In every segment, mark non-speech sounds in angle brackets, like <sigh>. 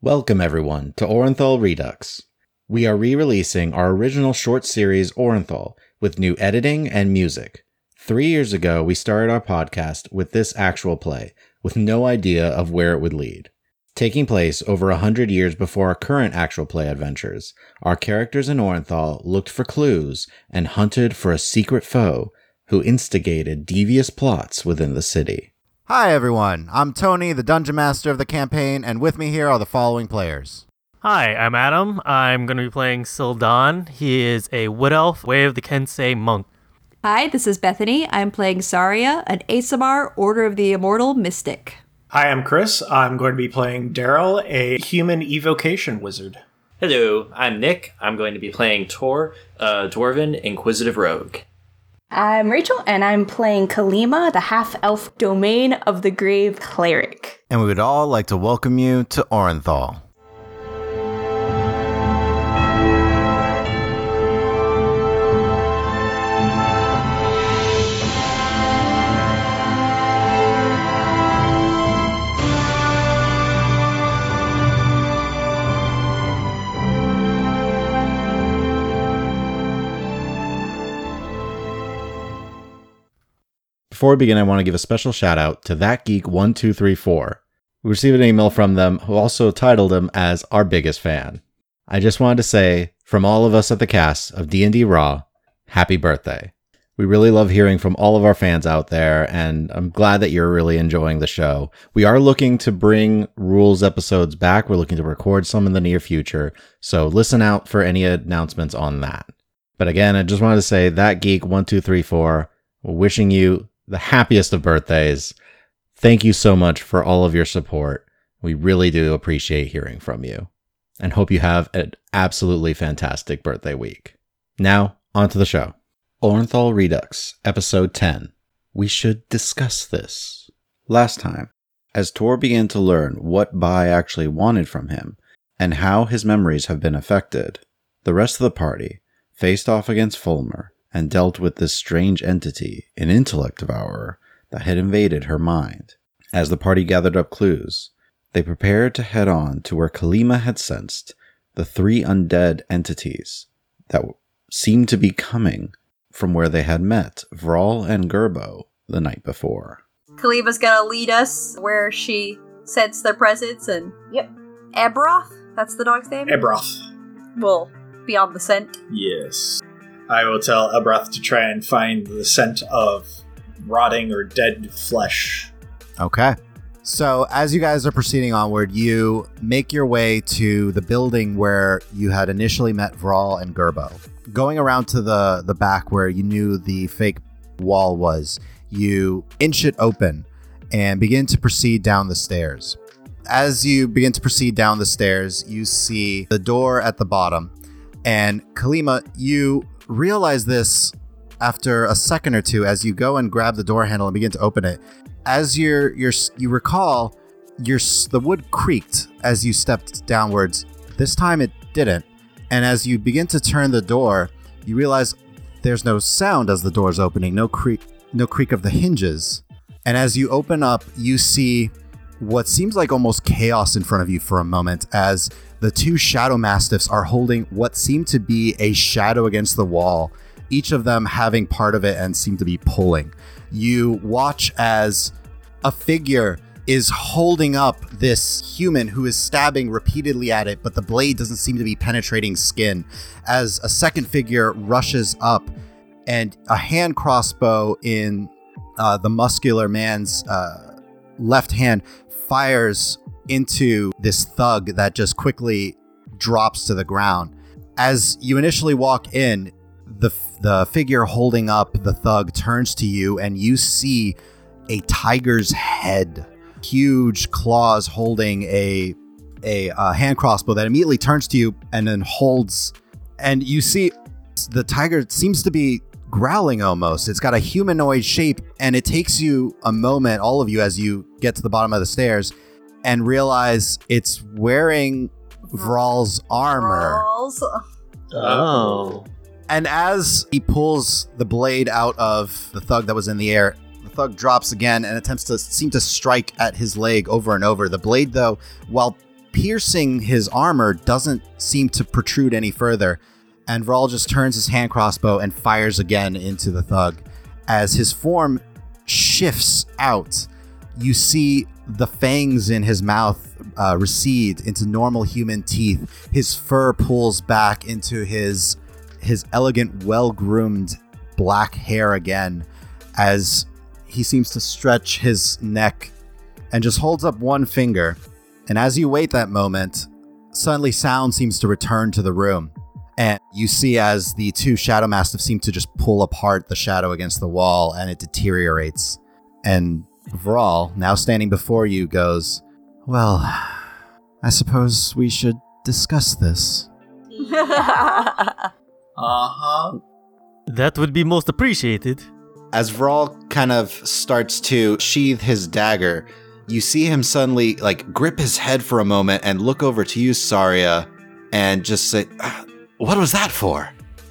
Welcome, everyone, to Orenthal Redux. We are re releasing our original short series, Orenthal, with new editing and music. Three years ago, we started our podcast with this actual play, with no idea of where it would lead. Taking place over a hundred years before our current actual play adventures, our characters in Orenthal looked for clues and hunted for a secret foe who instigated devious plots within the city. Hi, everyone. I'm Tony, the Dungeon Master of the campaign, and with me here are the following players. Hi, I'm Adam. I'm going to be playing Sildan. He is a wood elf, way of the Kensei monk. Hi, this is Bethany. I'm playing Saria, an Asamar Order of the Immortal Mystic. Hi, I'm Chris. I'm going to be playing Daryl, a human evocation wizard. Hello, I'm Nick. I'm going to be playing Tor, uh, Dwarven Inquisitive Rogue. I'm Rachel, and I'm playing Kalima, the half elf domain of the Grave <laughs> Cleric. And we would all like to welcome you to Orenthal. Before we begin, I want to give a special shout out to that geek one two three four. We received an email from them who also titled him as our biggest fan. I just wanted to say, from all of us at the cast of D and D Raw, happy birthday. We really love hearing from all of our fans out there, and I'm glad that you're really enjoying the show. We are looking to bring rules episodes back. We're looking to record some in the near future, so listen out for any announcements on that. But again, I just wanted to say that geek one two three four wishing you the happiest of birthdays. Thank you so much for all of your support. We really do appreciate hearing from you and hope you have an absolutely fantastic birthday week. Now, on to the show. Orenthal Redux, Episode 10. We should discuss this. Last time, as Tor began to learn what Bai actually wanted from him and how his memories have been affected, the rest of the party faced off against Fulmer and dealt with this strange entity, an intellect devourer, that had invaded her mind. As the party gathered up clues, they prepared to head on to where Kalima had sensed the three undead entities that w- seemed to be coming from where they had met Vral and Gerbo the night before. Kaliva's gonna lead us where she sensed their presence and Yep. Ebroth, that's the dog's name? Ebroth. Well, beyond the scent. Yes. I will tell Ebroth to try and find the scent of rotting or dead flesh. Okay. So, as you guys are proceeding onward, you make your way to the building where you had initially met Vral and Gerbo. Going around to the, the back where you knew the fake wall was, you inch it open and begin to proceed down the stairs. As you begin to proceed down the stairs, you see the door at the bottom. And Kalima, you realize this after a second or two as you go and grab the door handle and begin to open it as you're, you're you recall your s- the wood creaked as you stepped downwards this time it didn't and as you begin to turn the door you realize there's no sound as the door's opening no creak no creak of the hinges and as you open up you see what seems like almost chaos in front of you for a moment as the two shadow mastiffs are holding what seemed to be a shadow against the wall each of them having part of it and seem to be pulling you watch as a figure is holding up this human who is stabbing repeatedly at it, but the blade doesn't seem to be penetrating skin. As a second figure rushes up, and a hand crossbow in uh, the muscular man's uh, left hand fires into this thug that just quickly drops to the ground. As you initially walk in, the the figure holding up the thug turns to you and you see a tiger's head huge claws holding a a uh, hand crossbow that immediately turns to you and then holds and you see the tiger seems to be growling almost it's got a humanoid shape and it takes you a moment all of you as you get to the bottom of the stairs and realize it's wearing Vral's armor Brawls. Oh. and as he pulls the blade out of the thug that was in the air, the thug drops again and attempts to seem to strike at his leg over and over. The blade, though, while piercing his armor doesn't seem to protrude any further. And Vral just turns his hand crossbow and fires again into the thug. As his form shifts out, you see the fangs in his mouth uh, recede into normal human teeth. His fur pulls back into his his elegant, well-groomed black hair again, as he seems to stretch his neck and just holds up one finger. And as you wait that moment, suddenly sound seems to return to the room. And you see as the two shadow mastiffs seem to just pull apart the shadow against the wall and it deteriorates. And Vral, now standing before you, goes, Well, I suppose we should discuss this. Uh huh. That would be most appreciated. As Vral kind of starts to sheathe his dagger, you see him suddenly like grip his head for a moment and look over to you, Saria, and just say, "Ah, What was that for?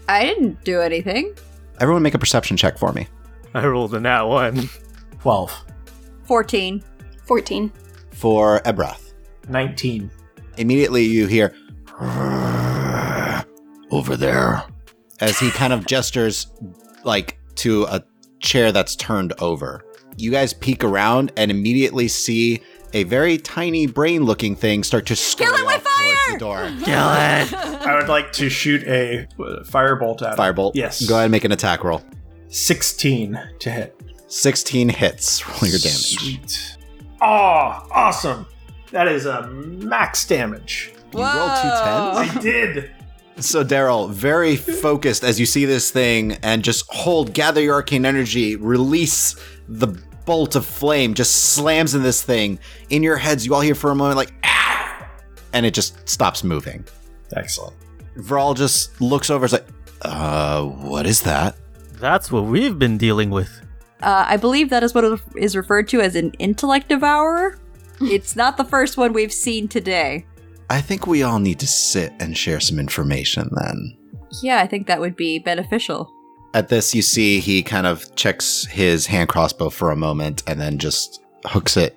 I didn't do anything. Everyone make a perception check for me. I rolled in that one. 12. 14. 14. For Ebrath. 19. Immediately you hear, <sighs> Over there. As he kind of gestures like to a chair that's turned over. You guys peek around and immediately see a very tiny brain looking thing start to scurry it with off towards fire! the door. Kill it. I would like to shoot a uh, firebolt at him. <laughs> Firebolt. Yes. Go ahead and make an attack roll. 16 to hit. 16 hits. Roll your damage. Sweet. Oh, awesome. That is a max damage. You rolled two Whoa. <laughs> tens. I did. So Daryl, very focused as you see this thing, and just hold, gather your arcane energy, release the bolt of flame, just slams in this thing. In your heads, you all hear for a moment like, "Ah!" and it just stops moving. Excellent. Vral just looks over, is like, uh, what is that? That's what we've been dealing with. Uh, I believe that is what is referred to as an intellect <laughs> devourer. It's not the first one we've seen today. I think we all need to sit and share some information then. Yeah, I think that would be beneficial. At this, you see he kind of checks his hand crossbow for a moment and then just hooks it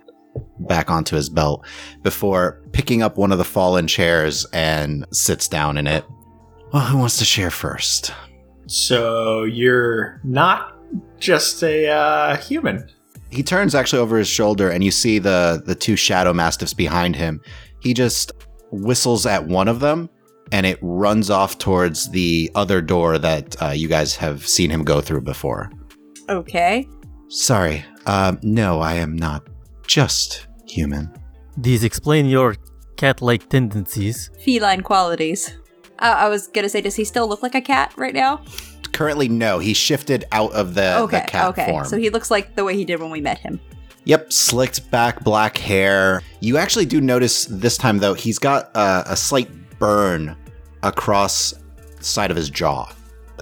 back onto his belt before picking up one of the fallen chairs and sits down in it. Well, who wants to share first? So you're not just a uh, human. He turns actually over his shoulder and you see the, the two shadow mastiffs behind him. He just whistles at one of them and it runs off towards the other door that uh, you guys have seen him go through before. Okay. Sorry, um, no, I am not just human. These explain your cat like tendencies. Feline qualities. Uh, I was gonna say, does he still look like a cat right now? Currently, no. He shifted out of Uh, the, okay. the cat okay. form. So he looks like the way he did when we met him. yep, slicked back black hair. You actually do notice this time, though, he's got uh, a slight burn across the side of his jaw.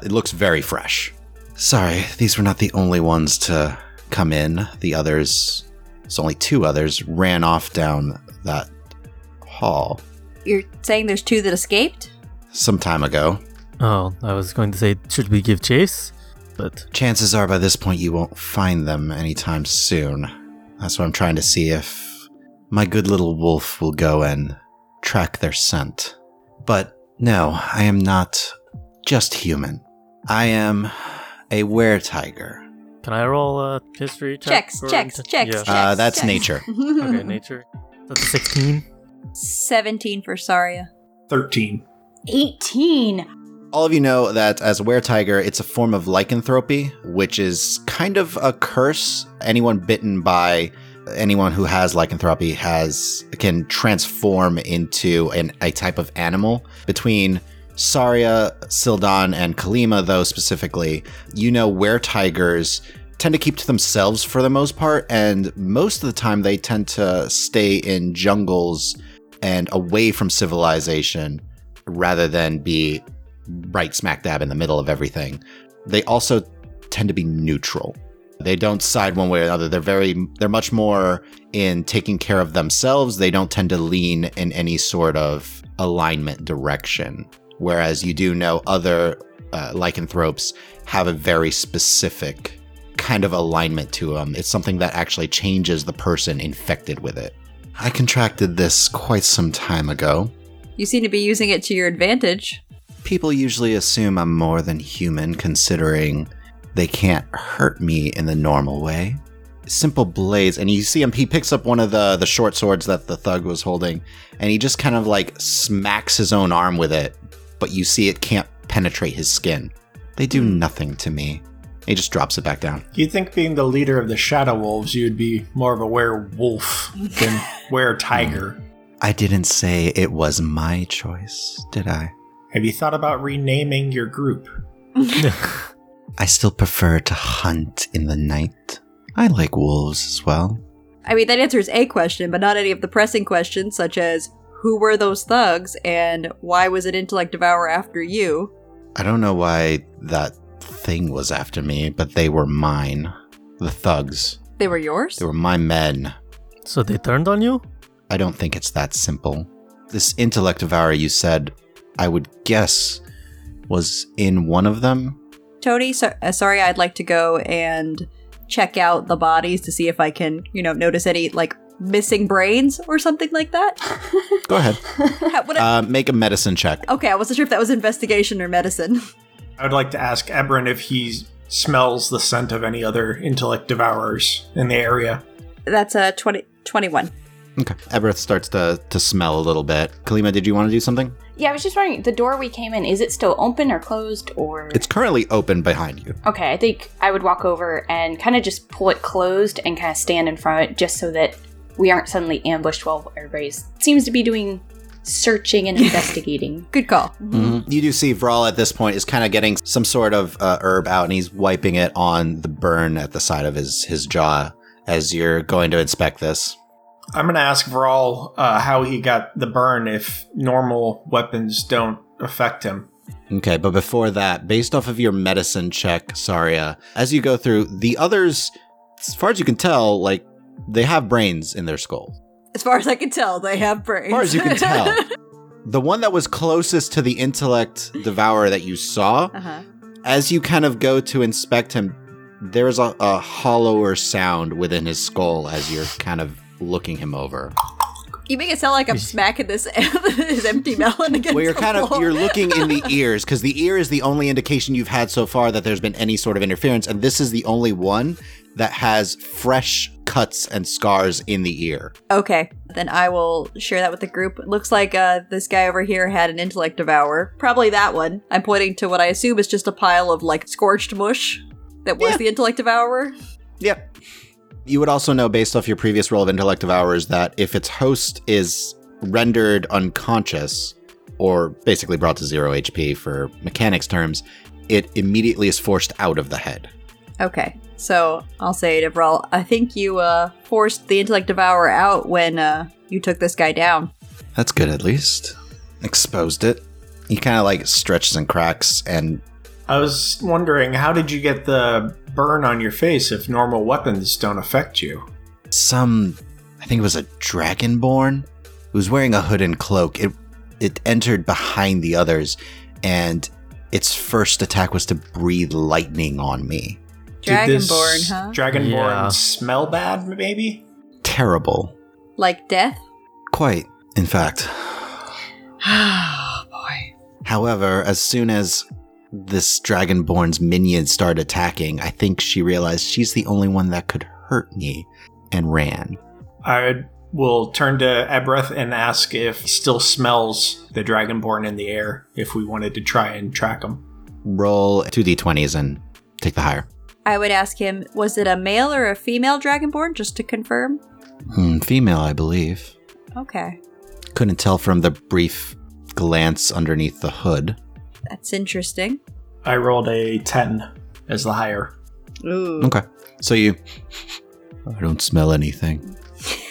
It looks very fresh. Sorry, these were not the only ones to come in. The others, it's only two others, ran off down that hall You're saying there's two that escaped? some time ago. Oh, I was going to say, should we give chase? But Chances are by this point you won't find them anytime soon. That's what I'm trying to see if my good little wolf will go and track their scent. But no, I am not just human. I am a were tiger. can I roll a history check? Checks, or- checks, checks, Yeah. Uh, checks, that's checks. nature. <laughs> Okay, nature. That's a 16. 17 for Saria. 13. 18. All of you know that as a were tiger, it's a form of lycanthropy, which is kind of a curse. Anyone bitten by anyone who has lycanthropy has can transform into an, a type of animal. Between Saria, Sildan, and Kalima, though specifically, you know were tigers tend to keep to themselves for the most part, and most of the time they tend to stay in jungles and away from civilization rather than be right smack dab in the middle of everything. They also tend to be neutral. They don't side one way or another. They're very they're much more in taking care of themselves. They don't tend to lean in any sort of alignment direction. Whereas you do know other uh, lycanthropes have a very specific kind of alignment to them. It's something that actually changes the person infected with it. I contracted this quite some time ago. You seem to be using it to your advantage. People usually assume I'm more than human, considering they can't hurt me in the normal way. Simple blades, and you see him. He picks up one of the the short swords that the thug was holding, and he just kind of like smacks his own arm with it. But you see, it can't penetrate his skin. They do nothing to me. He just drops it back down. You think being the leader of the Shadow Wolves, you'd be more of a werewolf than were tiger. I didn't say it was my choice, did I? Have you thought about renaming your group? I still prefer to hunt in the night. I like wolves as well. I mean, that answers a question, but not any of the pressing questions, such as who were those thugs and why was an intellect devourer after you? I don't know why that thing was after me, but they were mine. The thugs. They were yours? They were my men. <laughs> So they turned on you? I don't think it's that simple. This intellect devourer you said, I would guess, was in one of them. Tony, so- uh, sorry, I'd like to go and check out the bodies to see if I can, you know, notice any, like, missing brains or something like that. Go <laughs> ahead. Ha- what- Uh, make a medicine check. okay, I wasn't sure if that was investigation or medicine. <laughs> I would like to ask Ebron if he smells the scent of any other intellect devourers in the area. That's uh, a 20, 21. Okay. Everett starts to, to smell a little bit. Kalima, did you want to do something? Yeah, I was just wondering, the door we came in, is it still open or closed or It's currently open behind you. Okay, I think I would walk over and kind of just pull it closed and kind of stand in front of it just so that we aren't suddenly ambushed while everybody's seems to be doing searching <laughs> and investigating. Good call. You do see Vral at this point is kind of getting some sort of uh, herb out, and he's wiping it on the burn at the side of his his jaw as you're going to inspect this. I'm going to ask Vral uh, how he got the burn if normal weapons don't affect him. Okay, but before that, based off of your medicine check, Saria, as you go through the others, as far as you can tell, like they have brains in their skull. As far as I can tell, they have brains. As far as you can tell, <laughs> the one that was closest to the intellect devourer that you saw uh-huh. as you kind of go to inspect him, there is a, a hollower sound within his skull as you're kind of looking him <laughs> over. <laughs> You make it sound like I'm smacking this, <laughs> this empty melon against Well, you're the kind of floor. you're looking in <laughs> the ears because the ear is the only indication you've had so far that there's been any sort of interference, and this is the only one that has fresh cuts and scars in the ear. Okay, then I will share that with the group. It looks like uh, this guy over here had an intellect devourer. Probably that one. I'm pointing to what I assume is just a pile of like scorched mush that was the intellect devourer. Yep. You would also know based off your previous role of intellect of ours that if its host is rendered unconscious or basically brought to zero HP for mechanics terms, it immediately is forced out of the head. Okay, so I'll say to Brawl, I think you uh, forced the intellect devourer out when uh, you took this guy down. That's good at least. Exposed it. He kind of like stretches and cracks and I was wondering, how did you get the burn on your face if normal weapons don't affect you? some I think it was a dragonborn who was wearing a hood and cloak. It it entered behind the others and its first attack was to breathe lightning on me. Did this Dragonborn, huh? Dragonborn Yeah. smell bad, maybe? Terrible. like <sighs> death? Quite, in fact. oh boy. However, as soon as this dragonborn's minions started attacking, I think she realized she's the only one that could hurt me and ran. I will turn to Ebreth and ask if he still smells the Dragonborn in the air if we wanted to try and track him. Roll 2d20s and take the higher. I would ask him, was it a male or a female dragonborn, just to confirm? Hmm, female, I believe. Okay, Couldn't tell from the brief glance underneath the hood. that's interesting. I rolled a 10 as the higher. Ooh. Okay. So you. I don't smell anything.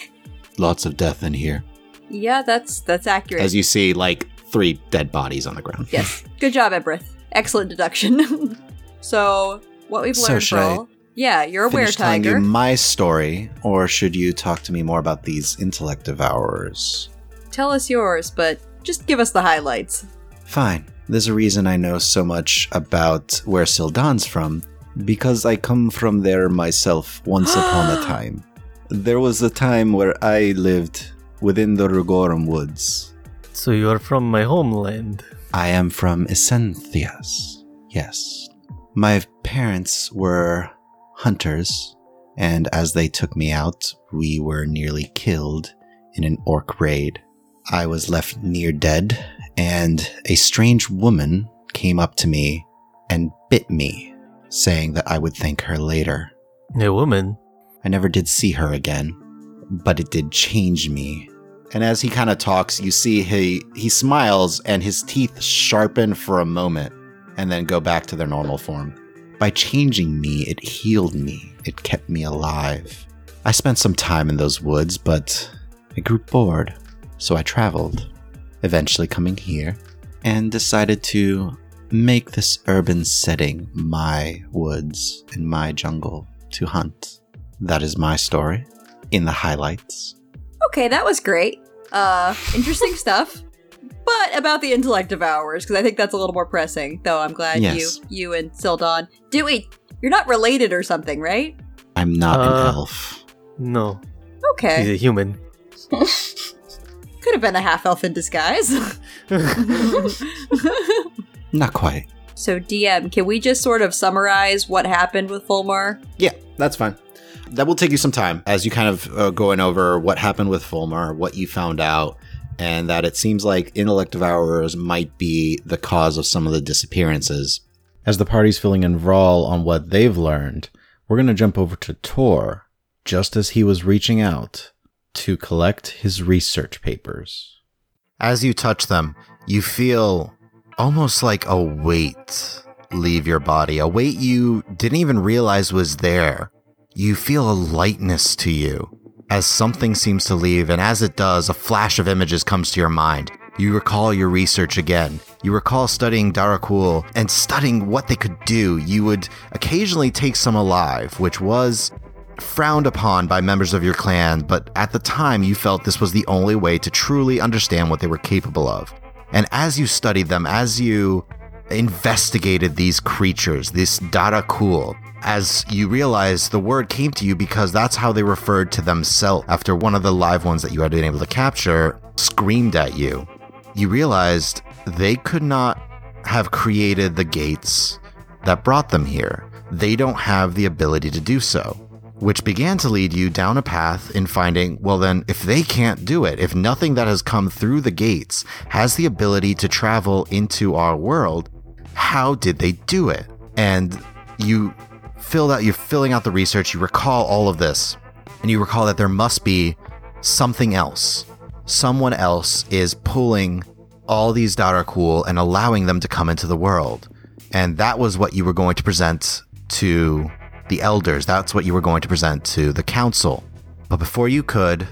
<laughs> Lots of death in here. Yeah, that's that's accurate. As you see, like, three dead bodies on the ground. yes, good job, Ebrith. Excellent deduction. <laughs> so what we've So learned, should I Brawl. Yeah, you're a were finish telling tiger. you my story, or should you talk to me more about these intellect devourers? Tell us yours, but just give us the highlights. Fine. There's a reason I know so much about <gasps> where Sildan's from, because I come from there myself once upon a time. There was a time where I lived within the Rugorum woods. So you are from my homeland. I am from Essenthias. Yes. My parents were hunters, and as they took me out, we were nearly killed in an orc raid. I was left near dead, and a strange woman came up to me and bit me, saying that I would thank her later. A woman. I never did see her again, but it did change me. And as he kind of talks, you see he he smiles and his teeth sharpen for a moment and then go back to their normal form. By changing me, it healed me. It kept me alive. I spent some time in those woods, but I grew bored, so I traveled, eventually coming here and decided to make this urban setting my woods and my jungle to hunt. That is my story in the highlights. Okay, that was great. Uh, <laughs> interesting stuff. But about the intellect of ours, because I think that's a little more pressing. Though I'm glad Yes. you, you and Sildon, Dewey, you're not related or something, right? I'm not Uh, an elf. No, he's Okay, a human. could have been a half elf in <laughs> disguise. <laughs> Not quite. so DM, can we just sort of summarize what happened with Fulmar? Yeah, that's fine. That will take you some time as you kind of uh, going over what happened with Fulmar, what you found out, and that it seems like intellect devourers might be the cause of some of the disappearances. As the party's filling in Vrawl on what they've learned, we're going to jump over to Tor just as he was reaching out to collect his research papers. As you touch them, you feel almost like a weight leave your body, a weight you didn't even realize was there. You feel a lightness to you as something seems to leave, and as it does, a flash of images comes to your mind. You recall your research again. You recall studying Darakul and studying what they could do. You would occasionally take some alive, which was frowned upon by members of your clan, but at the time you felt this was the only way to truly understand what they were capable of. And as you studied them, as you investigated these creatures, this Dada Cool, as you realized the word came to you because that's how they referred to themselves after one of the live ones that you had been able to capture screamed at you, you realized they could not have created the gates that brought them here. They don't have the ability to do so which began to lead you down a path in finding, well, then, if they can't do it, if nothing that has come through the gates has the ability to travel into our world, how did they do it? And you fill out, you're filling out the research, you recall all of this, and you recall that there must be something else. Someone else is pulling all these Darakul and allowing them to come into the world. And that was what you were going to present to the elders. That's what you were going to present to the council. But before you could,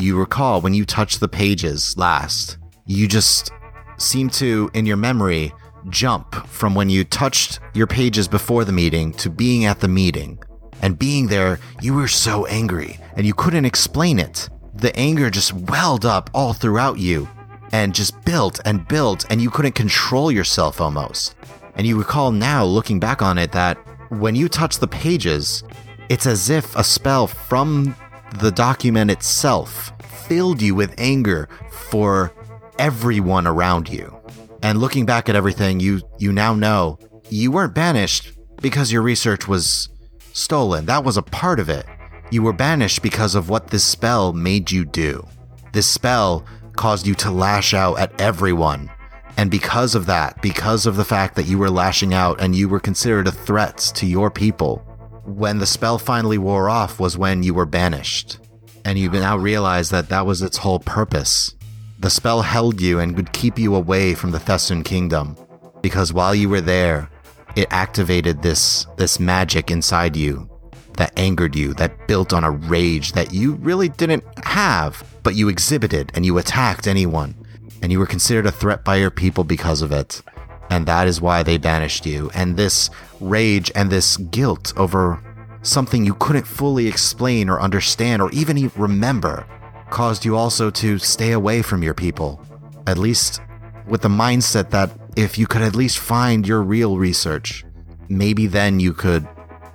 you recall when you touched the pages last, you just seemed to, in your memory, jump from when you touched your pages before the meeting to being at the meeting. And being there, you were so angry and you couldn't explain it. The anger just welled up all throughout you and just built and built, and you couldn't control yourself almost. And you recall now, looking back on it, that when you touch the pages, it's as if a spell from the document itself filled you with anger for everyone around you. And looking back at everything, you you now know you weren't banished because your research was stolen. That was a part of it. You were banished because of what this spell made you do. This spell caused you to lash out at everyone. And because of that, because of the fact that you were lashing out and you were considered a threat to your people, when the spell finally wore off was when you were banished. And you now realize that that was its whole purpose. The spell held you and would keep you away from the Thessun kingdom because while you were there, it activated this this magic inside you that angered you, that built on a rage that you really didn't have, but you exhibited and you attacked anyone, and you were considered a threat by your people because of it. And that is why they banished you. And this rage and this guilt over something you couldn't fully explain or understand or even e- remember caused you also to stay away from your people. At least with the mindset that if you could at least find your real research, maybe then you could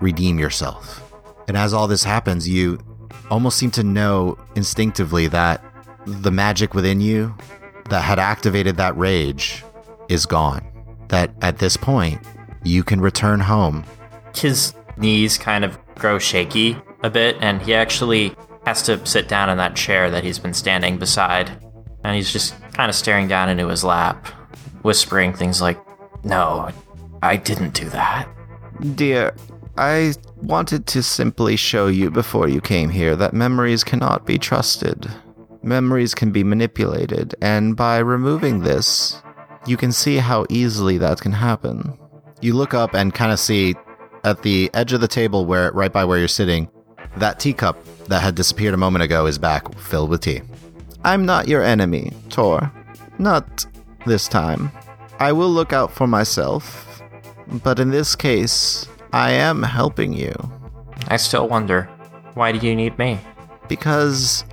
redeem yourself. And as all this happens, you almost seemed to know instinctively that the magic within you that had activated that rage is gone. That at this point, you can return home. His knees kind of grow shaky a bit, and he actually has to sit down in that chair that he's been standing beside. And he's just kind of staring down into his lap, whispering things like, No, I didn't do that. Dear, I wanted to simply show you before you came here that memories cannot be trusted. Memories can be manipulated, and by removing this, you can see how easily that can happen. You look up and kind of see at the edge of the table where right by where you're sitting, that teacup that had disappeared a moment ago is back filled with tea. I'm not your enemy, Tor. Not this time. I will look out for myself, but in this case, I am helping you. I still wonder, why do you need me? Because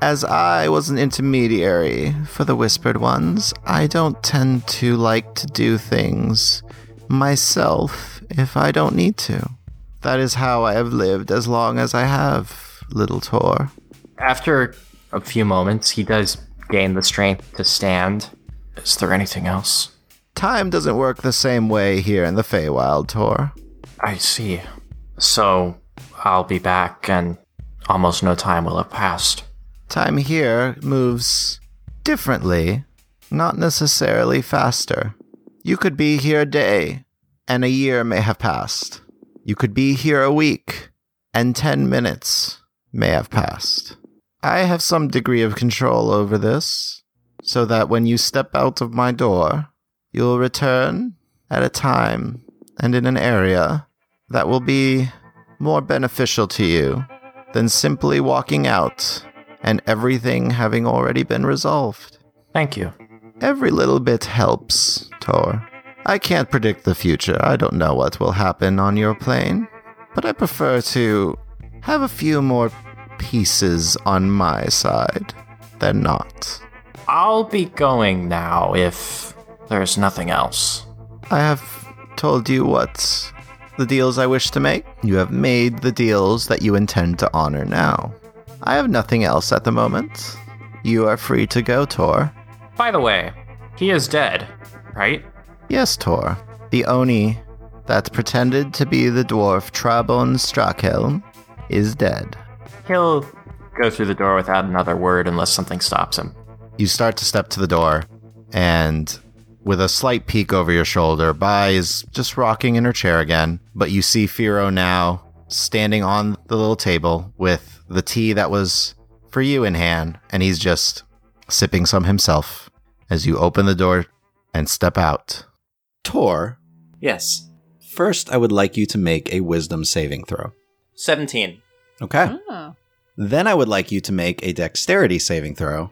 as I was an intermediary for the Whispered Ones, I don't tend to like to do things myself if I don't need to. That is how I have lived as long as I have, little Tor. After a few moments, he does gain the strength to stand. Is there anything else? Time doesn't work the same way here in the Feywild, Tor. I see. So, I'll be back, and almost no time will have passed. Time here moves differently, not necessarily faster. You could be here a day, and a year may have passed. You could be here a week, and 10 minutes may have passed. I have some degree of control over this, so that when you step out of my door, you'll return at a time and in an area that will be more beneficial to you than simply walking out and everything having already been resolved. Thank you. Every little bit helps, Tor. I can't predict the future. I don't know what will happen on your plane, but I prefer to have a few more pieces on my side than not. I'll be going now if there's nothing else. I have told you what the deals I wish to make. You have made the deals that you intend to honor now. I have nothing else at the moment. You are free to go, Tor. By the way, he is dead, right? Yes, Tor. The Oni that pretended to be the dwarf Trabon Strackhelm is dead. He'll go through the door without another word unless something stops him. You start to step to the door, and with a slight peek over your shoulder. Bai is just rocking in her chair again, but you see Firo now standing on the little table with the tea that was for you in hand, and he's just sipping some himself as you open the door and step out. Tor, Yes. first I would like you to make a wisdom saving throw. 17. Okay. Oh. Then I would like you to make a dexterity saving throw.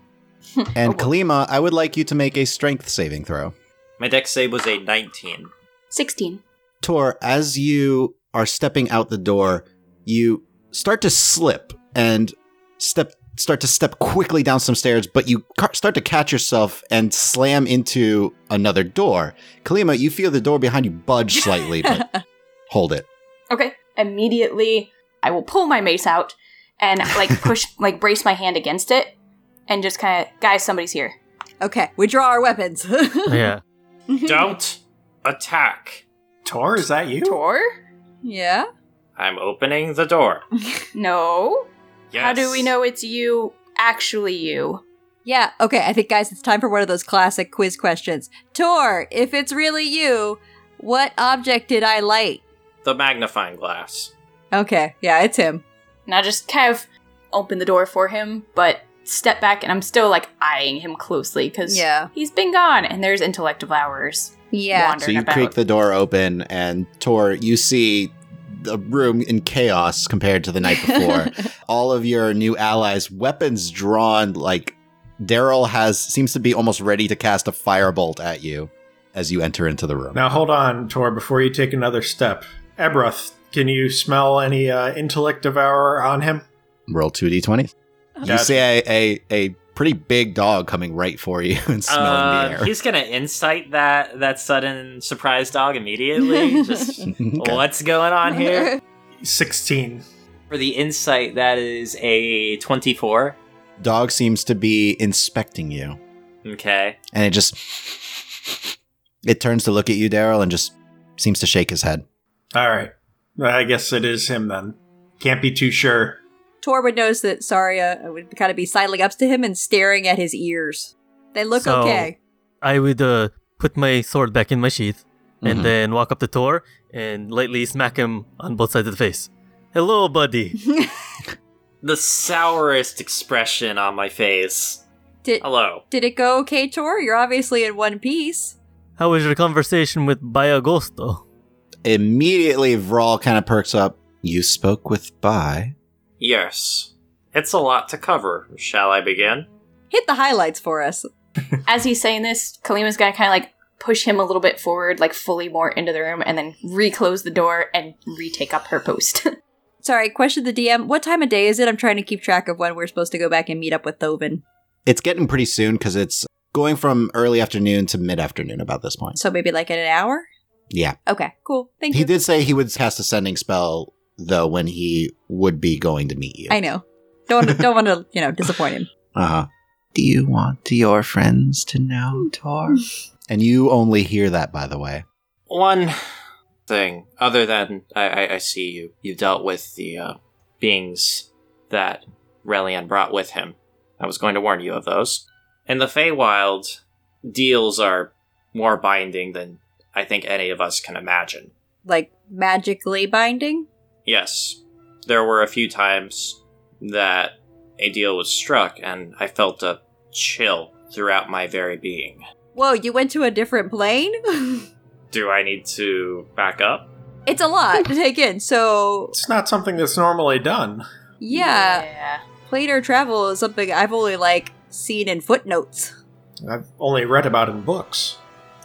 And Kalima, I would like you to make a strength saving throw. My deck save was a 19. 16. Tor, as you are stepping out the door, you start to slip and step start to step quickly down some stairs, but you ca- start to catch yourself and slam into another door. Kalima, you feel the door behind you budge slightly, but hold it. Okay. Immediately, I will pull my mace out and like push, like brace my hand against it and just kind of, guys, somebody's here. Okay, we draw our weapons. <laughs> Yeah. Mm-hmm. Don't attack. Tor, is that you? Tor? yeah. I'm opening the door. No. Yes. <laughs> How do we know it's you, actually you? Yeah, okay, I think, guys, it's time for one of those classic quiz questions. Tor, if it's really you, what object did I light? The magnifying glass. Okay, yeah, it's him. And I just kind of open the door for him, but step back and I'm still like eyeing him closely because Yeah. he's been gone and there's intellect <laughs> of hours. Yeah. Wandering So you about. creak the door open, and Tor, you see the room in chaos compared to <laughs> the night before. All of your new allies, weapons drawn, like Daryl has seems to be almost ready to cast a firebolt at you as you enter into the room. Now hold on, Tor, before you take another step. Ebroth, can you smell any uh, intellect devourer on him? Roll two d twenty. You That's- see a, a a pretty big dog coming right for you <laughs> and smelling Uh, the air. He's gonna incite that that sudden <laughs> <laughs> surprise dog immediately. Just Okay. <laughs> what's going on here? 16. For the insight, that is a 24. Dog seems to be inspecting you, Okay. and it just it turns to look at you, Daryl, and just seems to shake his head. All right. I guess it is him then. Can't be too sure. Torwood knows that Saria would kind of be sidling up to him and staring at his ears. They look So, okay. I would uh, put my sword back in my sheath Mhm. and then walk up to Tor and lightly smack him on both sides of the face. Hello, buddy. The sourest expression on my face. Did Hello. did it go okay, Tor? You're obviously in one piece. How was your conversation with Bayagosto? Immediately, Vral kind of perks up. You spoke with Bai. Yes. It's a lot to cover. Shall I begin? Hit the highlights for us. As he's saying this, Kalima's gonna kind of like push him a little bit forward, like fully more into the room, and then reclose the door and retake up her post. <laughs> Sorry, question the DM. What time of day is it? I'm trying to keep track of when we're supposed to go back and meet up with Thoven. It's getting pretty soon because it's going from early afternoon to mid afternoon about this point. So maybe like in an hour? Yeah. Okay, cool. Thank He you. did say he would cast a sending spell, though, when he would be going to meet you. I know. Don't wanna- don't want to you know disappoint him. Uh huh. Do you want your friends to know, Tor? and you only hear that, by the way. One thing, other than I, I, I see you, you've dealt with the uh, beings that Relian brought with him. I was going to warn you of those. In the Feywild, deals are more binding than I think any of us can imagine. Like magically binding. Yes, there were a few times that a deal was struck, and I felt a chill throughout my very being. Whoa, you went to a different plane. <laughs> Do I need to back up? it's a lot to take in. So It's not something that's normally done. yeah, yeah. planar travel is something I've only like seen in footnotes. I've only read about it in books.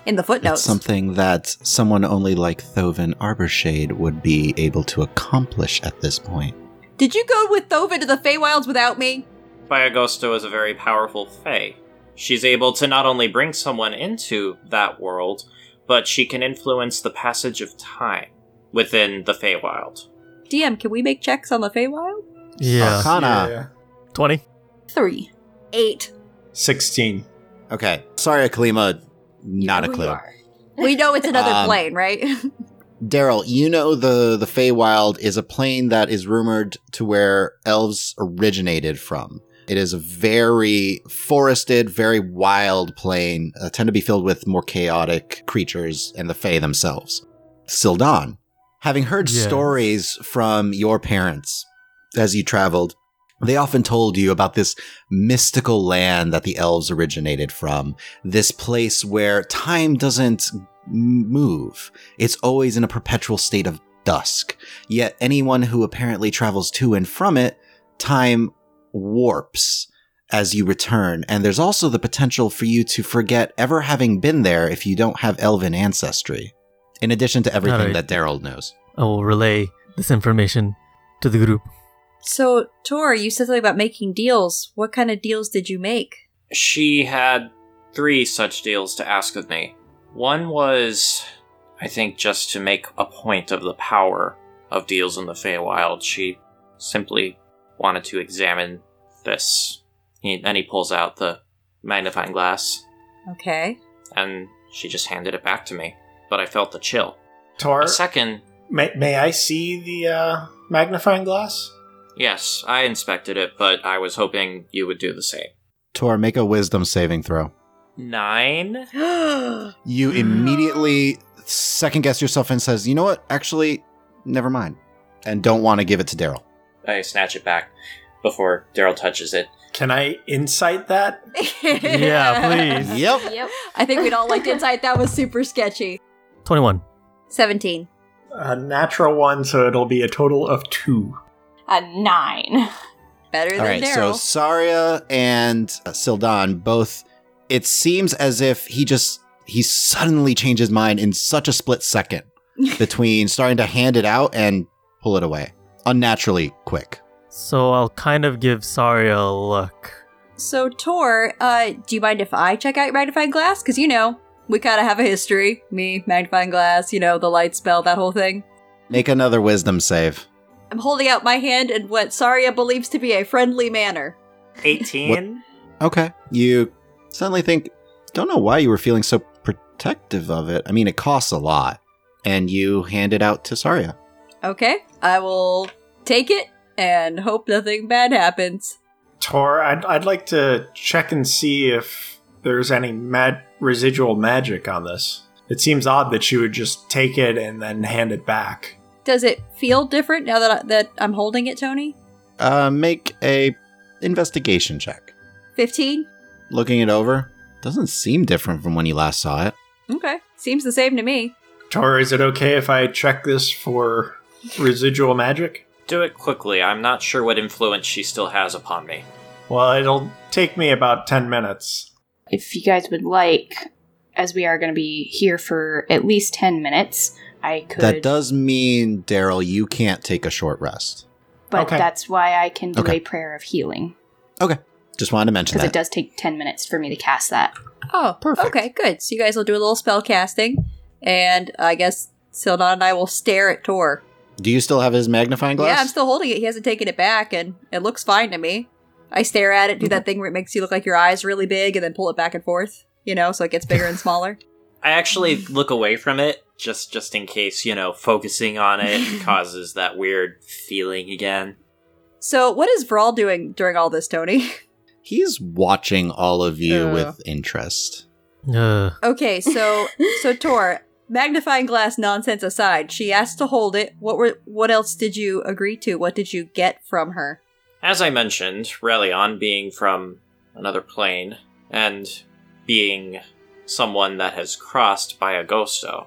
In the It's footnotes. something that someone only like Thoven Arborshade would be able to accomplish at this point. Did you go with Thoven to the Feywilds without me? Biogosto is a very powerful fae. She's able to not only bring someone into that world, but she can influence the passage of time within the Feywild. DM, can we make checks on the Feywild? Yeah. Arcana. Yeah. 20. Three. Eight. 16. Okay. Sorry, Kalima. Not a Who you clue. are. We know it's another <laughs> Um, plane, right? <laughs> Daryl, you know the the Feywild is a plane that is rumored to where elves originated from. It is a very forested, very wild plane, uh, tend to be filled with more chaotic creatures and the Fey themselves. Sildan, having heard Yes. stories from your parents as you traveled, they often told you about this mystical land that the elves originated from, this place where time doesn't m- move. It's always in a perpetual state of dusk. Yet anyone who apparently travels to and from it, time warps as you return. And there's also the potential for you to forget ever having been there if you don't have elven ancestry. In addition to everything Alright. that Daryl knows. I will relay this information to the group. so, Tor, you said something about making deals. What kind of deals did you make? She had three such deals to ask of me. One was, I think, just to make a point of the power of deals in the Feywild. She simply wanted to examine this. He, and he pulls out the magnifying glass, <gasps> Okay. <gasps> and she just handed it back to me. But I felt the chill. Tor, A second, may, may I see the uh, magnifying glass? yes, I inspected it, but I was hoping you would do the same. Tor, make a wisdom saving throw. Nine? You immediately second guess yourself and says, you know what? Actually, never mind. And don't want to give it to Daryl. I snatch it back before Daryl touches it. Can I insight that? Yeah, please. <laughs> Yep. Yep. I think we'd all looked inside. That was super sketchy. 21. 17. A natural one, so it'll be a total of two. A nine. Better All than right, so Daryl. Saria and uh, Sildan both. It seems as if he just he suddenly changed his mind in such a split second between starting to hand it out and pull it away unnaturally quick. So I'll kind of give Saria a look. So, Tor, uh, do you mind if I check out your magnifying glass? Because, you know, we kind of have a history. Me, magnifying glass, you know, the light spell, that whole thing. Make another wisdom save. I'm holding out my hand in what Saria believes to be a friendly manner. 18? Okay. You suddenly think, don't know why you were feeling so protective of it. I mean, it costs a lot. And you hand it out to Saria. Okay, I will take it and hope nothing bad happens. Tor, I'd, I'd like to check and see if there's any mag- residual magic on this. It seems odd that you would just take it and then hand it back. Does it feel different now that I, that I'm holding it, Tony? Uh, make a investigation check. 15? Looking it over, doesn't seem different from when you last saw it. Okay, seems the same to me. Tor, is it okay if I check this for residual magic? Do it quickly. I'm not sure what influence she still has upon me. Well, it'll take me about 10 minutes. If you guys would like, as we are going to be here for at least 10 minutes, I could. That does mean, Daryl, you can't take a short rest. but Okay. that's why I can do Okay. a prayer of healing. Okay. Just wanted to mention Because that. it does take 10 minutes for me to cast that. Oh, Perfect. Okay, good. So you guys will do a little spell casting, and I guess Sildon and I will stare at Tor. Do you still have his magnifying glass? Yeah, I'm still holding it. He hasn't taken it back, and it looks fine to me. I stare at it, do that thing where it makes you look like your eyes really big, and then pull it back and forth. You know, so it gets <laughs> bigger and smaller. I actually look away from it just just in case, you know, focusing on it causes that weird feeling again. So, what is Vral doing during all this, Tony? <laughs> He's watching all of you Uh. with interest. Ugh. Okay, so <laughs> so Tor, magnifying glass nonsense aside, she asked to hold it. What were what else did you agree to? What did you get from her? As I mentioned, Relion being from another plane and being someone that has crossed by Agosto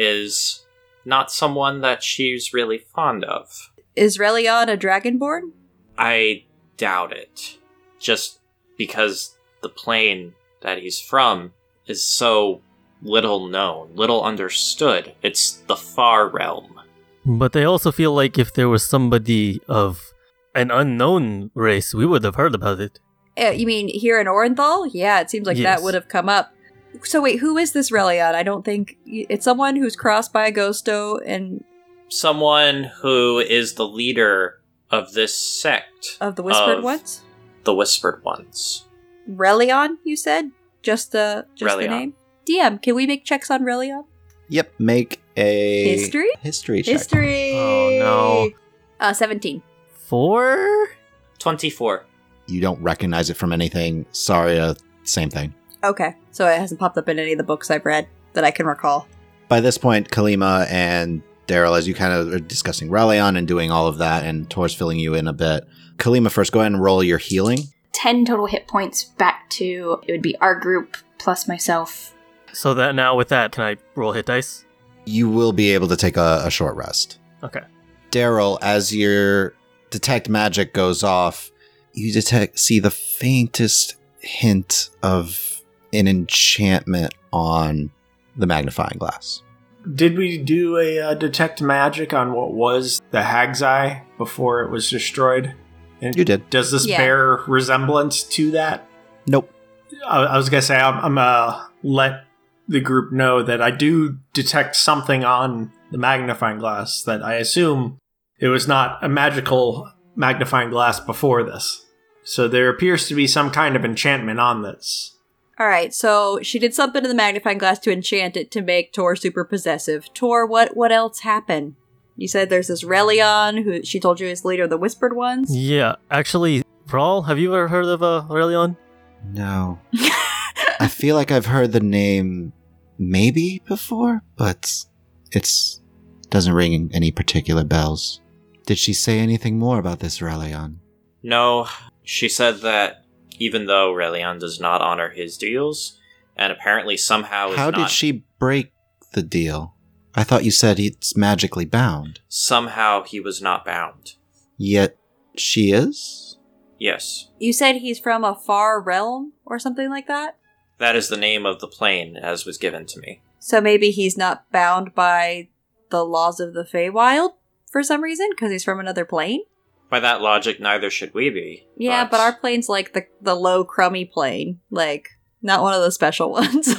is not someone that she's really fond of. Is Relion a dragonborn? I doubt it. Just because the plane that he's from is so little known, little understood. It's the far realm. But I also feel like if there was somebody of an unknown race, we would have heard about it. Uh, you mean here in Orenthal? Yeah, it seems like Yes. that would have come up. So wait, who is this Relion? I don't think it's someone who's crossed by Agosto and Someone who is the leader of this sect, of the Whispered Of- Ones. the Whispered Ones. Relion, you said? Just the just the Relion. name? DM, can we make checks on Relion? Yep. Make a History? History check. History. Oh, Uh 17. Four? 24. You don't recognize it from anything. Saria, same thing. Okay, so it hasn't popped up in any of the books I've read that I can recall. By this point, Kalima and Daryl, as you kind of are discussing Relion and doing all of that, and Tor's filling you in a bit. Kalima, first, go ahead and roll your healing. 10 total hit points back to it would be our group plus myself. So that now with that, can I roll hit dice? You will be able to take a, a short rest. Okay. Daryl, as your detect magic goes off, you detect see the faintest hint of an enchantment on the magnifying glass. Did we do a uh, detect magic on what was the Hag's Eye before it was destroyed? And You did. Does this Yeah. bear resemblance to that? Nope. I, I was gonna say I'm, I'm uh let the group know that I do detect something on the magnifying glass that I assume it was not a magical magnifying glass before this. So there appears to be some kind of enchantment on this. All right, so she did something to the magnifying glass to enchant it to make Tor super possessive. Tor, what what else happened? You said there's this Relion who she told you is leader of the Whispered Ones. Yeah, actually, Brawl, have you ever heard of uh, Aurelion? No. <laughs> I feel like I've heard the name maybe before, but it's doesn't ring any particular bells. Did she say anything more about this Relion? No, she said that even though Relion does not honor his deals, and apparently somehow is How not- did she break the deal? I thought you said it's magically bound. somehow he was not bound. Yet she is? Yes, You said he's from a far realm or something like that. that is the name of the plane as was given to me. So maybe he's not bound by the laws of the Feywild for some reason because he's from another plane. By that logic, neither should we be. Yeah, but our plane's like the the low crummy plane, like not one of the special <laughs> ones.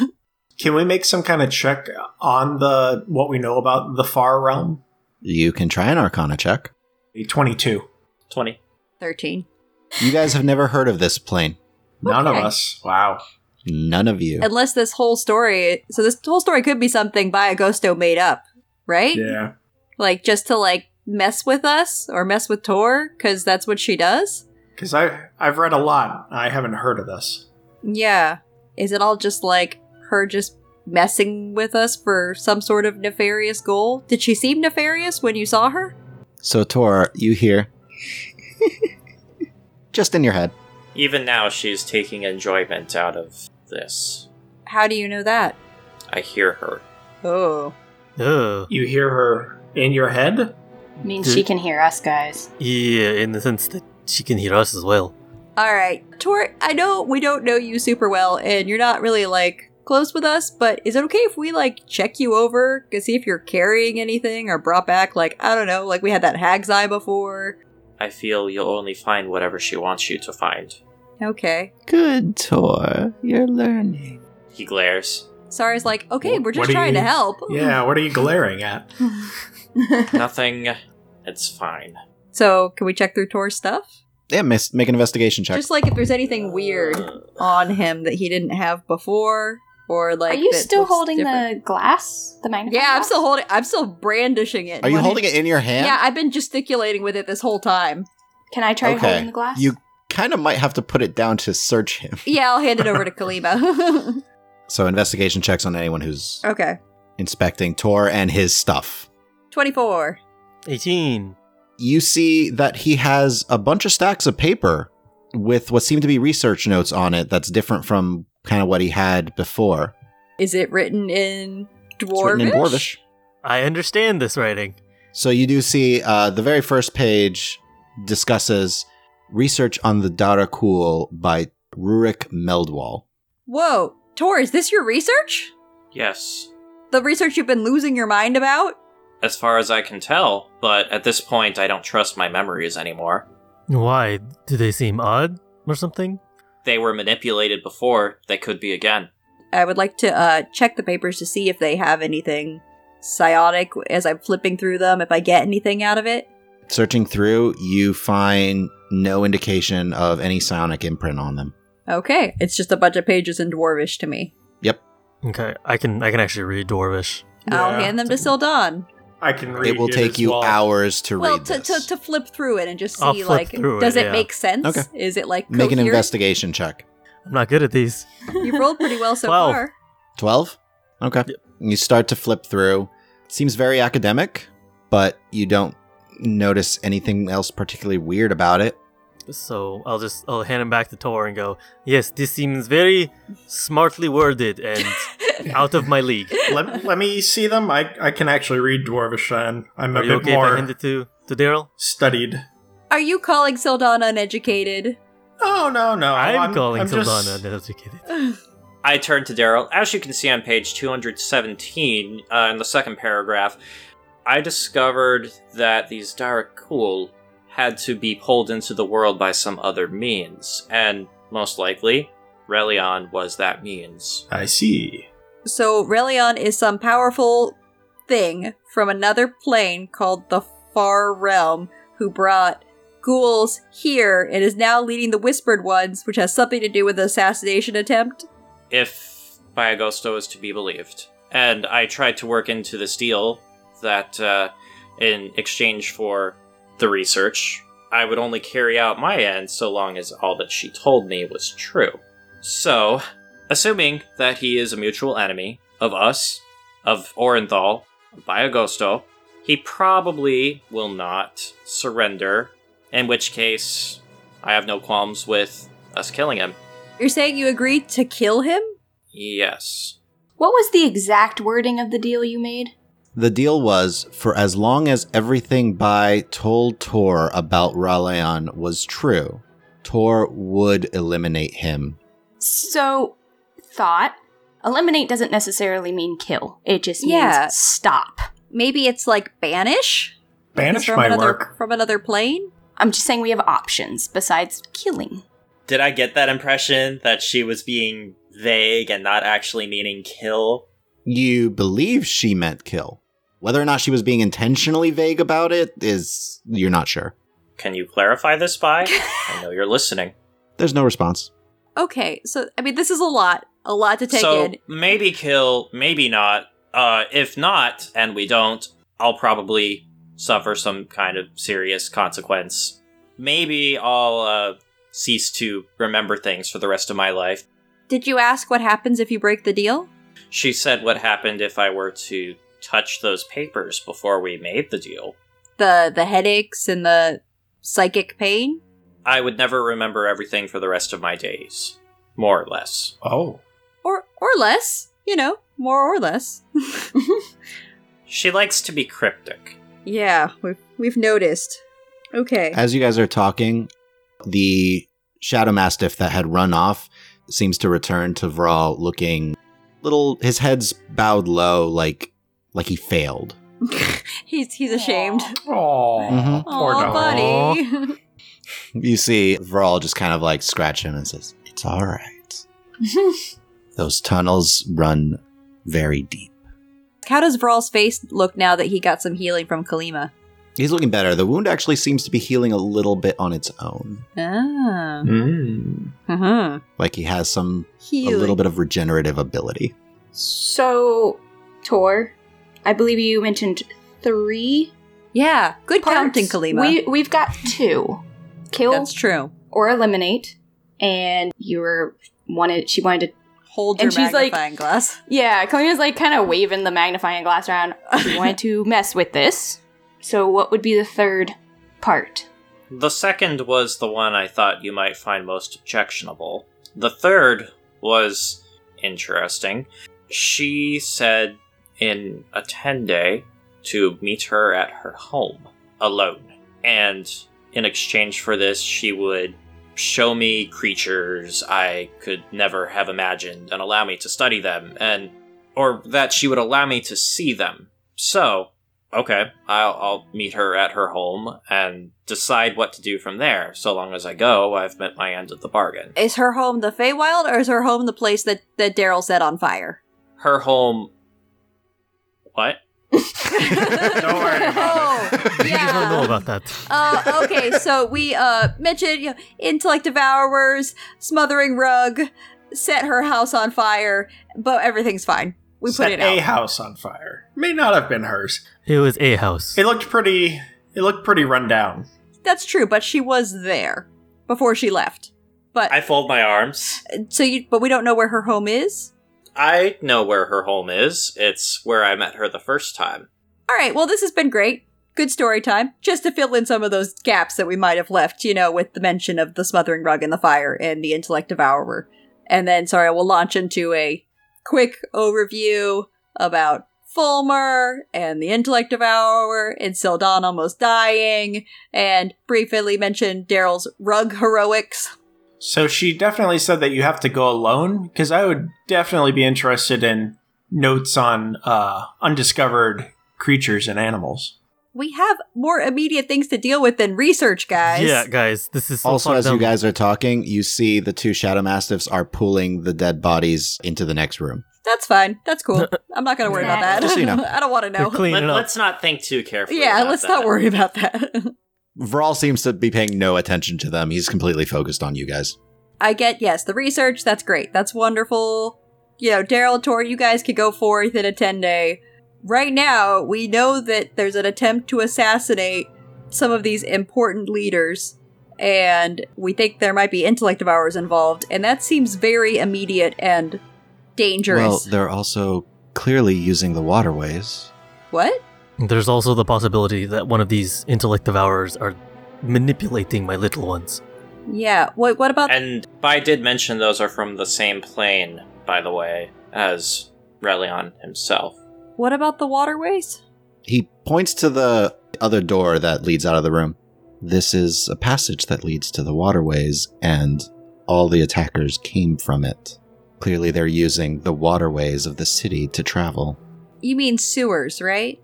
Can we make some kind of check on the what we know about the far realm? You can try an arcana check. A 22. 20. 13. You guys have never heard of this plane. None Okay. of us. Wow. None of you. Unless this whole story, so this whole story could be something Biogosto made up, right? Yeah. Like just to like mess with us or mess with Tor, because that's what she does. Because I I've read a lot. I haven't heard of this. Yeah. Is it all just like her just messing with us for some sort of nefarious goal? Did she seem nefarious when you saw her? So, Tor, <laughs> you hear. Just in your head. Even now, she's taking enjoyment out of this. How do you know that? I hear her. Oh. Ugh. You hear her in your head? Means Dude. she can hear us, <laughs> guys. Yeah, in the sense that she can hear us as well. All right. Tor, I know we don't know you super well and you're not really like close with us, but is it okay if we like check you over to see if you're carrying anything or brought back like I don't know, like we had that hag's eye before. I feel you'll only find whatever she wants you to find. Okay. Good, Tor. You're learning. He <laughs> glares. Sarah's like, "Okay, we're What just do trying you- to help." Yeah, what are you glaring at? Nothing. It's fine. So, can we check through Tor's stuff? Yeah, miss, make an investigation check. Uh. Just like if there's anything weird on him that he didn't have before, or like, Are you that still looks holding different. the glass? The magnifying Yeah, I'm glass? still holding. I'm still brandishing it. Are you holding it in your hand? Yeah, I've been gesticulating with it this whole time. Can I try Okay. holding the glass? You kind of might have to put it down to search him. Yeah, I'll hand it <laughs> over to Kalima. <laughs> So, investigation checks on anyone who's okay, inspecting Tor and his stuff. twenty-four. 18. You see that he has a bunch of stacks of paper with what seem to be research notes on it that's different from kind of what he had before. Is it written in It's dwarvish? written in Dwarvish. I understand this writing. So you do see uh, the very first page discusses research on the Darakul by Rurik Meldwall. Whoa, Tor, is this your research? Yes. The research you've been losing your mind about? As far as I can tell, but at this point, I don't trust my memories anymore. Why? Do they seem odd or something? They were manipulated before, they could be again. I would like to uh, check the papers to see if they have anything psiotic as I'm flipping through them. If I get anything out of it. Searching through, you find no indication of any psionic imprint on them. Okay, it's just a bunch of pages in Dwarvish to me. Okay, I can I can actually read Dwarvish. I'll Yeah. hand them to Sildan. I can read it will take as you well. hours to Well, read to, to, this. to flip through it and just I'll see, flip like, through does it, it yeah. make sense? Okay. Is it like Make an coherent? <laughs> investigation check. I'm not good at these. You rolled pretty well so Twelve. far. 12? Okay. Yep. You start to flip through. Seems very academic, but you don't notice anything else particularly weird about it. So I'll just I'll hand him back to Tor and go, Yes, this seems very smartly worded <laughs> and <laughs> out of my league. Let, let me see them. I, I can actually read Dwarvish then. I'm a Are you bit okay if I hand more it to, to Daryl? studied. Are you calling Sildan uneducated? Oh, no, no. I'm, calling I'm just- Sildana uneducated. I turn to Daryl. As you can see on page 217, uh, in the second paragraph, I discovered that these Darakul had to be pulled into the world by some other means, and most likely, Relion was that means. I see. So, Relion is some powerful thing from another plane called the Far Realm who brought ghouls here and is now leading the Whispered Ones, which has something to do with the assassination attempt. if Biogosto is to be believed. And I tried to work into this deal that, uh, in exchange for the research, I would only carry out my end so long as all that she told me was true. So, assuming that he is a mutual enemy of us, of Orenthal, of Biogosto, he probably will not surrender, in which case, I have no qualms with us killing him. You're saying you agreed to kill him? Yes. what was the exact wording of the deal you made? The deal was for as long as everything Bai told Tor about Raleon was true, Tor would eliminate him. So, thought. Eliminate doesn't necessarily mean kill. It just means Yeah. stop. Maybe it's like banish? Banish from my another, work. From another plane? I'm just saying we have options besides killing. Did I get that impression that she was being vague and not actually meaning kill? You believe she meant kill. Whether or not she was being intentionally vague about it is you're not sure. Can you clarify <laughs> this, Spy? I know you're listening. There's no response. Okay, so I mean, this is a lot, a lot to take so in. maybe kill, maybe not. Uh, if not, and we don't, I'll probably suffer some kind of serious consequence. Maybe I'll uh, cease to remember things for the rest of my life. Did you ask what happens if you break the deal? She said what happened if I were to touch those papers before we made the deal. The the headaches and the psychic pain. I would never remember everything for the rest of my days, more or less. Oh. or or less, you know, more or less. She likes to be cryptic. <laughs> yeah, we've we've noticed. Okay. As you guys are talking, the Shadow Mastiff that had run off seems to return to Vral looking little his head's bowed low like like he failed. <laughs> he's he's ashamed. Oh. Mhm. Poor Aw, dog. buddy. You see Vral just kind of like scratch him and says, It's alright. Those tunnels run very deep. <laughs> How does Vral's face look now that he got some healing from Kalima? He's looking better. The wound actually seems to be healing a little bit on its own. Ah. Mm. Uh-huh. Like he has some Healing. a little bit of regenerative ability. <laughs> So, Tor, I believe you mentioned three Yeah, good parts. counting, Kalima. We we've got two. Kill That's true. or eliminate, and you were wanted. She wanted to. Hold your And she's like- magnifying glass. Yeah, Kalima's like kind of waving the magnifying glass around. She wanted <laughs> to mess with this. So, what would be the third part? The second was the one I thought you might find most objectionable. The third was interesting. She said in Attende to meet her at her home alone. And in exchange for this, she would show me creatures I could never have imagined and allow me to study them, and or that she would allow me to see them. So, Okay, I'll, I'll meet her at her home and decide what to do from there. So long as I go, I've met my end of the bargain. Is her home the Feywild or is her home the place that, that Daryl set on <laughs> fire? Her home. What? Don't worry about it. Oh, You don't know yeah. about that. Uh, okay, so we uh, mentioned you know, intellect devourers, smothering rug, set her house on fire, but everything's fine. We put Set it a out. house on fire. May not have been hers. It was a house. It looked pretty. It looked pretty run down. That's true, but she was there before she left. But I fold my arms. so you, but we don't know where her home is. I know where her home is. It's where I met her the first time. All right. Well, this has been great. Good story time. Just to fill in some of those gaps that we might have left, you know, with the mention of the smothering rug and the fire and the intellect devourer. And then, sorry, we'll launch into a quick overview about Fulmer and the intellect devourer and Sildon almost dying and briefly mention Daryl's rug heroics. So she definitely said that you have to go alone because I would definitely be interested in notes on uh, undiscovered creatures and animals. We have more immediate things to deal with than research, guys. Yeah, guys, this is so also, far as you down- guys are talking, you see the two Shadow Mastiffs are pulling the dead bodies into the next room. That's fine. That's <laughs> cool. I'm not going to worry about that. Just so you know. <laughs> I don't want to They're know. cleaning Let, up. us not think too carefully. Yeah, about let's that. not worry about that. <laughs> Vral seems to be paying no attention to them. He's completely focused on you guys. I get, yes, the research, that's great. That's wonderful. You know, Daryl, Tor, you guys could go forth in a 10 day. Right now, we know that there's an attempt to assassinate some of these important leaders, and we think there might be intellect of ours involved, and that seems very immediate and Well, dangerous. they're also clearly using the waterways. what? There's also the possibility that one of these intellect devourers are manipulating my little ones. Yeah. What, what about And I did mention those are from the same plane, by the way, as Relion himself. what about the waterways? He points to the other door that leads out of the room. This is a passage that leads to the waterways, and all the attackers came from it. Clearly, they're using the waterways of the city to travel. You mean sewers, right?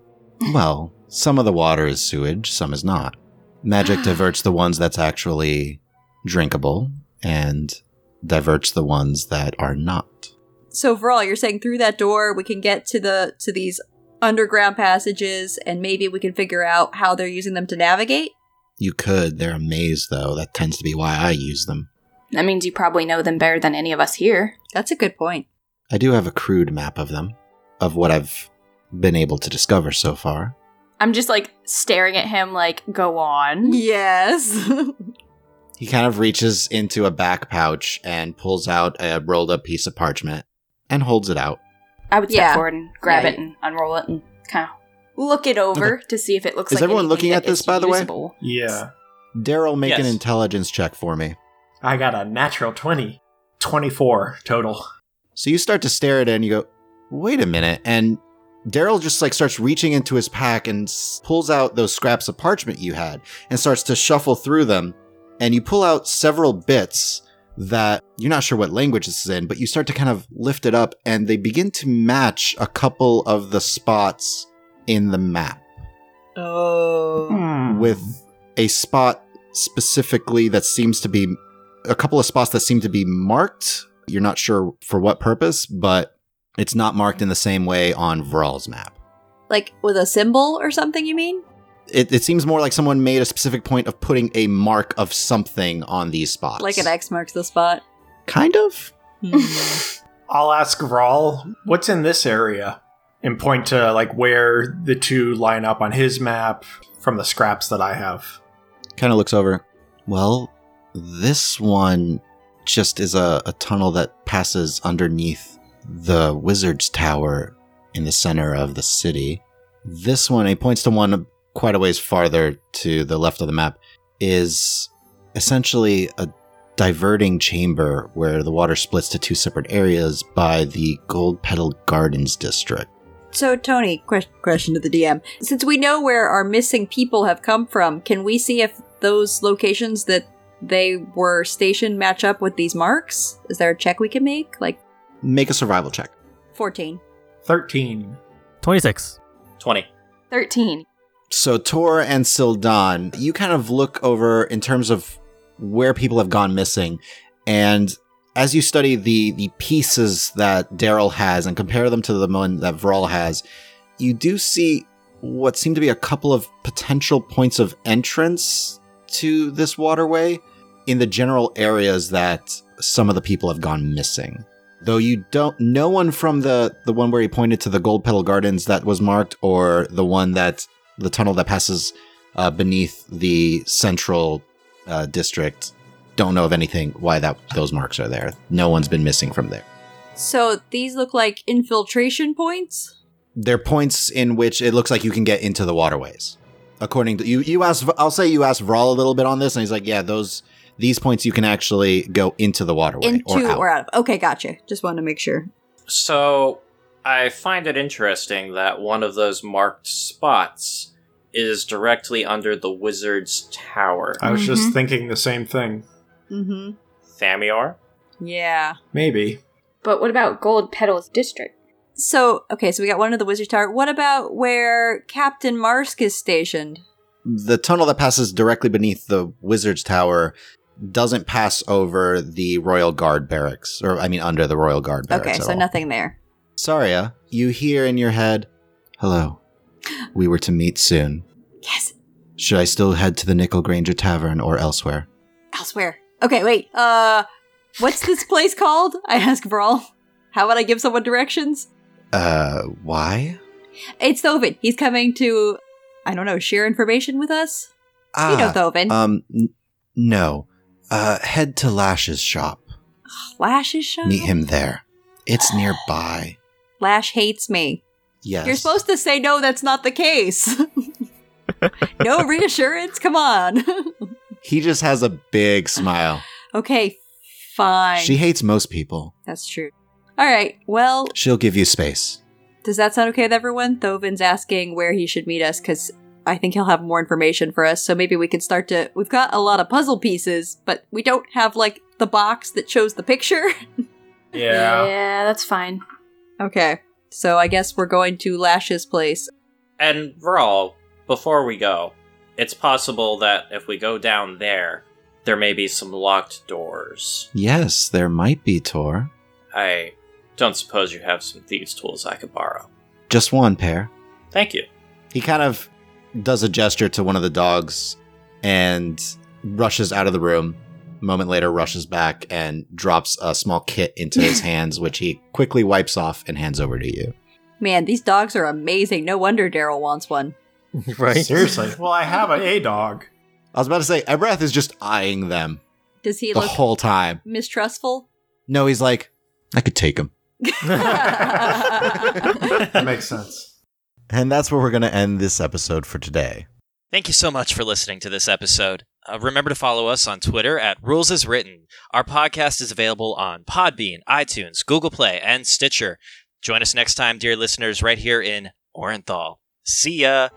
Well, some of the water is sewage, some is not. Magic diverts the ones that's actually drinkable and diverts the ones that are not. so overall you're saying through that door we can get to the to these underground passages, and maybe we can figure out how they're using them to navigate. You could. They're a maze, though. That tends to be why I use them. That means you probably know them better than any of us here. That's a good point. I do have a crude map of them, of what I've been able to discover so far. I'm just like staring at him, like, go <laughs> on. Yes. He kind of reaches into a back pouch and pulls out a rolled up piece of parchment and holds it out. I would step Yeah. forward and grab Yeah, it and unroll it and kind of look it over to see if it looks Is like everyone anything looking that at this, is by the way? usable. Yeah. Daryl, make an Yes. intelligence check for me. I got a natural 20. 24 total. So you start to stare at it and you go, wait a minute. And Daryl just like starts reaching into his pack and s- pulls out those scraps of parchment you had and starts to shuffle through them. And you pull out several bits that you're not sure what language this is in, but you start to kind of lift it up and they begin to match a couple of the spots in the map oh. with a spot specifically that seems to be a couple of spots that seem to be marked. You're not sure for what purpose, but it's not marked in the same way on Vral's map. Like with a symbol or something, you mean? It, it seems more like someone made a specific point of putting a mark of something on these spots. Like an X marks the spot. Kind of? Hmm. I'll ask Rawl, what's in this area? And point to like where the two line up on his map from the scraps that I have. Kind of looks over. Well, this one just is a, a tunnel that passes underneath the wizard's tower in the center of the city. This one, he points to one quite a ways farther to the left of the map, is essentially a diverting chamber where the water splits to two separate areas by the Gold Petal Gardens district. <laughs> So, Tony, que- question to the DM. Since we know where our missing people have come from, can we see if those locations that they were stationed match up with these marks? Is there a check we can make? Like Make a survival check. 14. 13. 26. 20. 13. So Tor and Sildan, you kind of look over in terms of where people have gone missing, and as you study the the pieces that Daryl has and compare them to the one that Vral has, you do see what seem to be a couple of potential points of entrance to this waterway in the general areas that some of the people have gone missing. Though you don't no one from the the one where he pointed to the gold petal gardens that was marked or the one that the tunnel that passes uh, beneath the central uh, district. Don't know of anything why that those marks are there. No one's been missing from there. So, these look like infiltration points? They're points in which it looks like you can get into the waterways. According to you, you asked. I'll say you asked Vral a little bit on this, and he's like, "Yeah, those these points you can actually go into the waterway Into or out." or out of. Okay, gotcha. Just wanted to make sure. So I find it interesting that one of those marked spots is directly under the wizard's tower. I was just Mhm. thinking the same thing. Mm Thamior? hmm. Yeah. Maybe. But what about Gold Petals District? So, okay, so we got one of the Wizard Tower. What about where Captain Marsk is stationed? the tunnel that passes directly beneath the wizard's tower doesn't pass over the royal guard barracks, or I mean, under the royal guard barracks. Okay, at so all. nothing there. Saria, you hear in your head, Hello. We were to meet soon. Yes, Should I still head to the Nickel Granger Tavern or elsewhere? elsewhere. Okay, wait. Uh, what's this place <laughs> called? I ask Brawl. How would I give someone directions? Uh, why? It's Thoven. He's coming to, I don't know, share information with us. Ah, you know Thoven. um, n- no. Uh, head to Lash's shop. Lash's shop. Meet him there. It's nearby. Lash hates me. Yes. You're supposed to say no. That's not the case. <laughs> no reassurance. Come on. <laughs> He just has a big smile. okay, fine. She hates most people. that's true. All right. Well, She'll give you space. Does that sound okay with everyone? Thoven's asking where he should meet us because I think he'll have more information for us. So maybe we could start to. We've got a lot of puzzle pieces, but we don't have like the box that shows the picture. <laughs> Yeah, that's fine. okay, so I guess we're going to Lash's place. And Vral, before we go, it's possible that if we go down there, there may be some locked doors. Yes, there might be, Tor. I don't suppose you have some thieves' tools I could borrow. Just one pair. Thank you. He kind of does a gesture to one of the dogs and rushes out of the room. A moment later, rushes back and drops a small kit into his hands, which he quickly wipes off and hands over to you. Man, these dogs are amazing. No wonder Daryl wants one. right? Seriously. Well, I have a, a dog. I was about to say, Ebrath is just eyeing them Does he the look whole time. mistrustful? No, he's like, I could take him. <laughs> That makes sense. And that's where we're going to end this episode for today. Thank you so much for listening to this episode. Uh, remember to follow us on Twitter at Rules Is Written. Our podcast is available on Podbean, iTunes, Google Play, and Stitcher. Join us next time, dear listeners, right here in Orenthal. See ya!